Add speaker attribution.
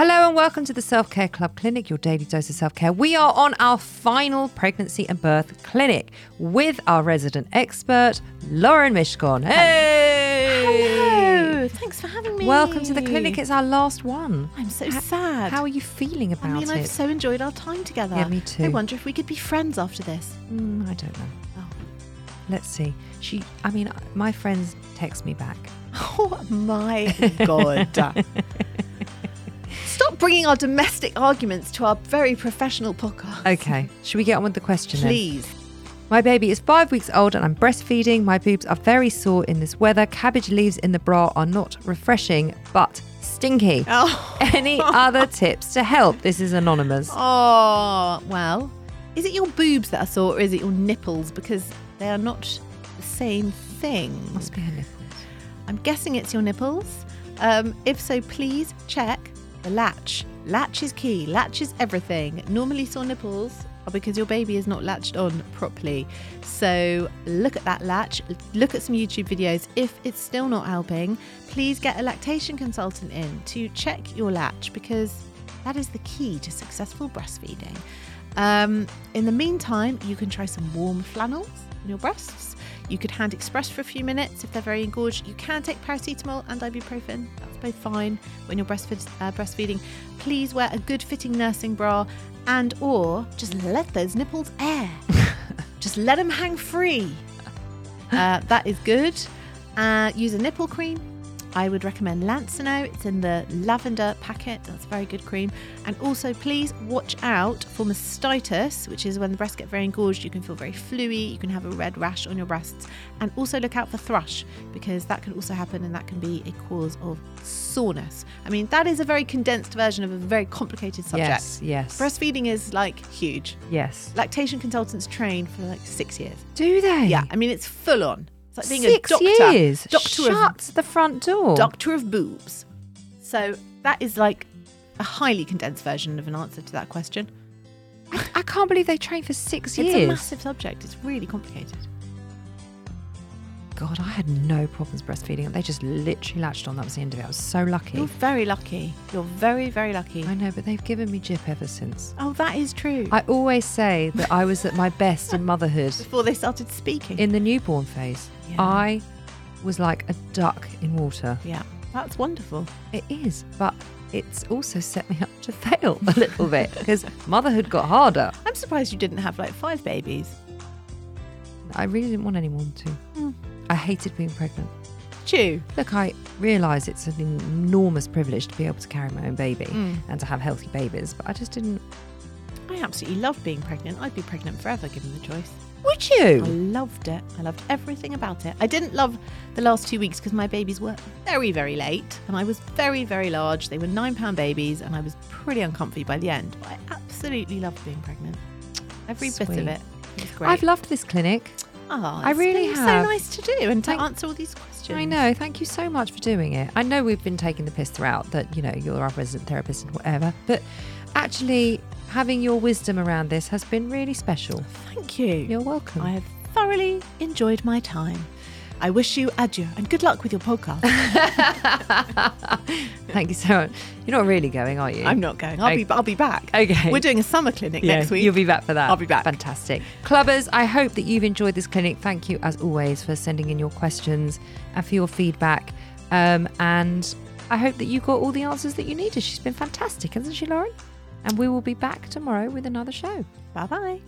Speaker 1: Hello and welcome to the Self Care Club Clinic, your daily dose of self care. We are on our final pregnancy and birth clinic with our resident expert, Lauren Mishkon. Hey!
Speaker 2: Hello. Thanks for having me.
Speaker 1: Welcome to the clinic. It's our last one.
Speaker 2: I'm so
Speaker 1: Ho-
Speaker 2: sad.
Speaker 1: How are you feeling about
Speaker 2: I mean,
Speaker 1: it?
Speaker 2: I've so enjoyed our time together.
Speaker 1: Yeah, me too.
Speaker 2: I wonder if we could be friends after this.
Speaker 1: Mm, I don't know.
Speaker 2: Oh,
Speaker 1: Let's see. She, I mean, uh, my friends text me back.
Speaker 2: oh my God. Stop bringing our domestic arguments to our very professional podcast.
Speaker 1: Okay, should we get on with the question then?
Speaker 2: Please.
Speaker 1: My baby is five weeks old and I'm breastfeeding. My boobs are very sore in this weather. Cabbage leaves in the bra are not refreshing, but stinky.
Speaker 2: Oh.
Speaker 1: Any other tips to help? This is anonymous.
Speaker 2: Oh, well. Is it your boobs that are sore or is it your nipples? Because they are not the same thing.
Speaker 1: Must be her nipples.
Speaker 2: I'm guessing it's your nipples. Um, if so, please check the latch. Latch is key, latch is everything. Normally, sore nipples are because your baby is not latched on properly. So, look at that latch, look at some YouTube videos. If it's still not helping, please get a lactation consultant in to check your latch because that is the key to successful breastfeeding. Um, in the meantime, you can try some warm flannels on your breasts. You could hand express for a few minutes if they're very engorged. You can take paracetamol and ibuprofen. That's both fine when you're breastfeed, uh, breastfeeding. Please wear a good fitting nursing bra and or just let those nipples air. just let them hang free. Uh, that is good. Uh, use a nipple cream. I would recommend Lancino. It's in the lavender packet. That's a very good cream. And also, please watch out for mastitis, which is when the breasts get very engorged. You can feel very fluey. You can have a red rash on your breasts. And also look out for thrush because that can also happen and that can be a cause of soreness. I mean, that is a very condensed version of a very complicated subject.
Speaker 1: Yes, yes.
Speaker 2: Breastfeeding is like huge.
Speaker 1: yes.
Speaker 2: Lactation consultants train for like six years.
Speaker 1: Do they?
Speaker 2: Yeah, I mean it's full on. It's like being
Speaker 1: Six
Speaker 2: a doctor.
Speaker 1: years.
Speaker 2: Doctor
Speaker 1: Shut the front door.
Speaker 2: of Doctor of boobs. So that is like a highly condensed version of an answer to that question.
Speaker 1: I, I can't believe they trained for six
Speaker 2: It's
Speaker 1: years.
Speaker 2: a massive subject. It's really complicated.
Speaker 1: God, I had no problems breastfeeding. They just literally latched on. That was the end of it. I was so lucky.
Speaker 2: You're very lucky. You're very, very lucky.
Speaker 1: I know, but they've given me jip ever since.
Speaker 2: Oh, that is true.
Speaker 1: I always say that I was at my best in motherhood
Speaker 2: Before they started speaking.
Speaker 1: in the newborn phase.
Speaker 2: Yeah.
Speaker 1: I was like a duck in water.
Speaker 2: yeah, that's wonderful.
Speaker 1: It is, but it's also set me up to fail a little bit because motherhood got harder.
Speaker 2: I'm surprised you didn't have like five babies.
Speaker 1: I really didn't want anyone to.
Speaker 2: Mm.
Speaker 1: I hated being pregnant.
Speaker 2: Chew.
Speaker 1: Look, I realise it's an enormous privilege to be able to carry my own baby
Speaker 2: Mm.
Speaker 1: and to have healthy babies, but I just didn't.
Speaker 2: I absolutely loved being pregnant. I'd be pregnant forever given the choice.
Speaker 1: Would
Speaker 2: I
Speaker 1: you?
Speaker 2: loved it. I loved everything about it. I didn't love the last two weeks because my babies were very, very late and I was very, very large. They were nine pound babies and I was pretty uncomfy by the end. But I absolutely loved being pregnant. Every bit
Speaker 1: Sweet.
Speaker 2: of it. It was great.
Speaker 1: I've loved this clinic.
Speaker 2: oh,
Speaker 1: I
Speaker 2: it's
Speaker 1: really
Speaker 2: been
Speaker 1: have.
Speaker 2: so nice to do and to
Speaker 1: Thank-
Speaker 2: answer all these questions.
Speaker 1: I know. Thank you so much for doing it. I know we've been taking the piss throughout that, you know, you're our resident therapist and whatever, but actually having your wisdom around this has been really special.
Speaker 2: Thank you.
Speaker 1: You're welcome.
Speaker 2: I have thoroughly enjoyed my time. I wish you adieu and good luck with your podcast.
Speaker 1: Thank you so much. You're not really going, are you?
Speaker 2: I'm not going. I'll
Speaker 1: Okay.
Speaker 2: be. I'll be back.
Speaker 1: Okay.
Speaker 2: We're doing a summer clinic
Speaker 1: Yeah,
Speaker 2: next week.
Speaker 1: You'll be back for that.
Speaker 2: I'll be back.
Speaker 1: Fantastic. Clubbers, I hope that you've enjoyed this clinic. Thank you, as always, for sending in your questions and for your feedback. Um, and I hope that you got all the answers that you needed. She's been fantastic, hasn't she, Lauren? And we will be back tomorrow with another show.
Speaker 2: Bye bye.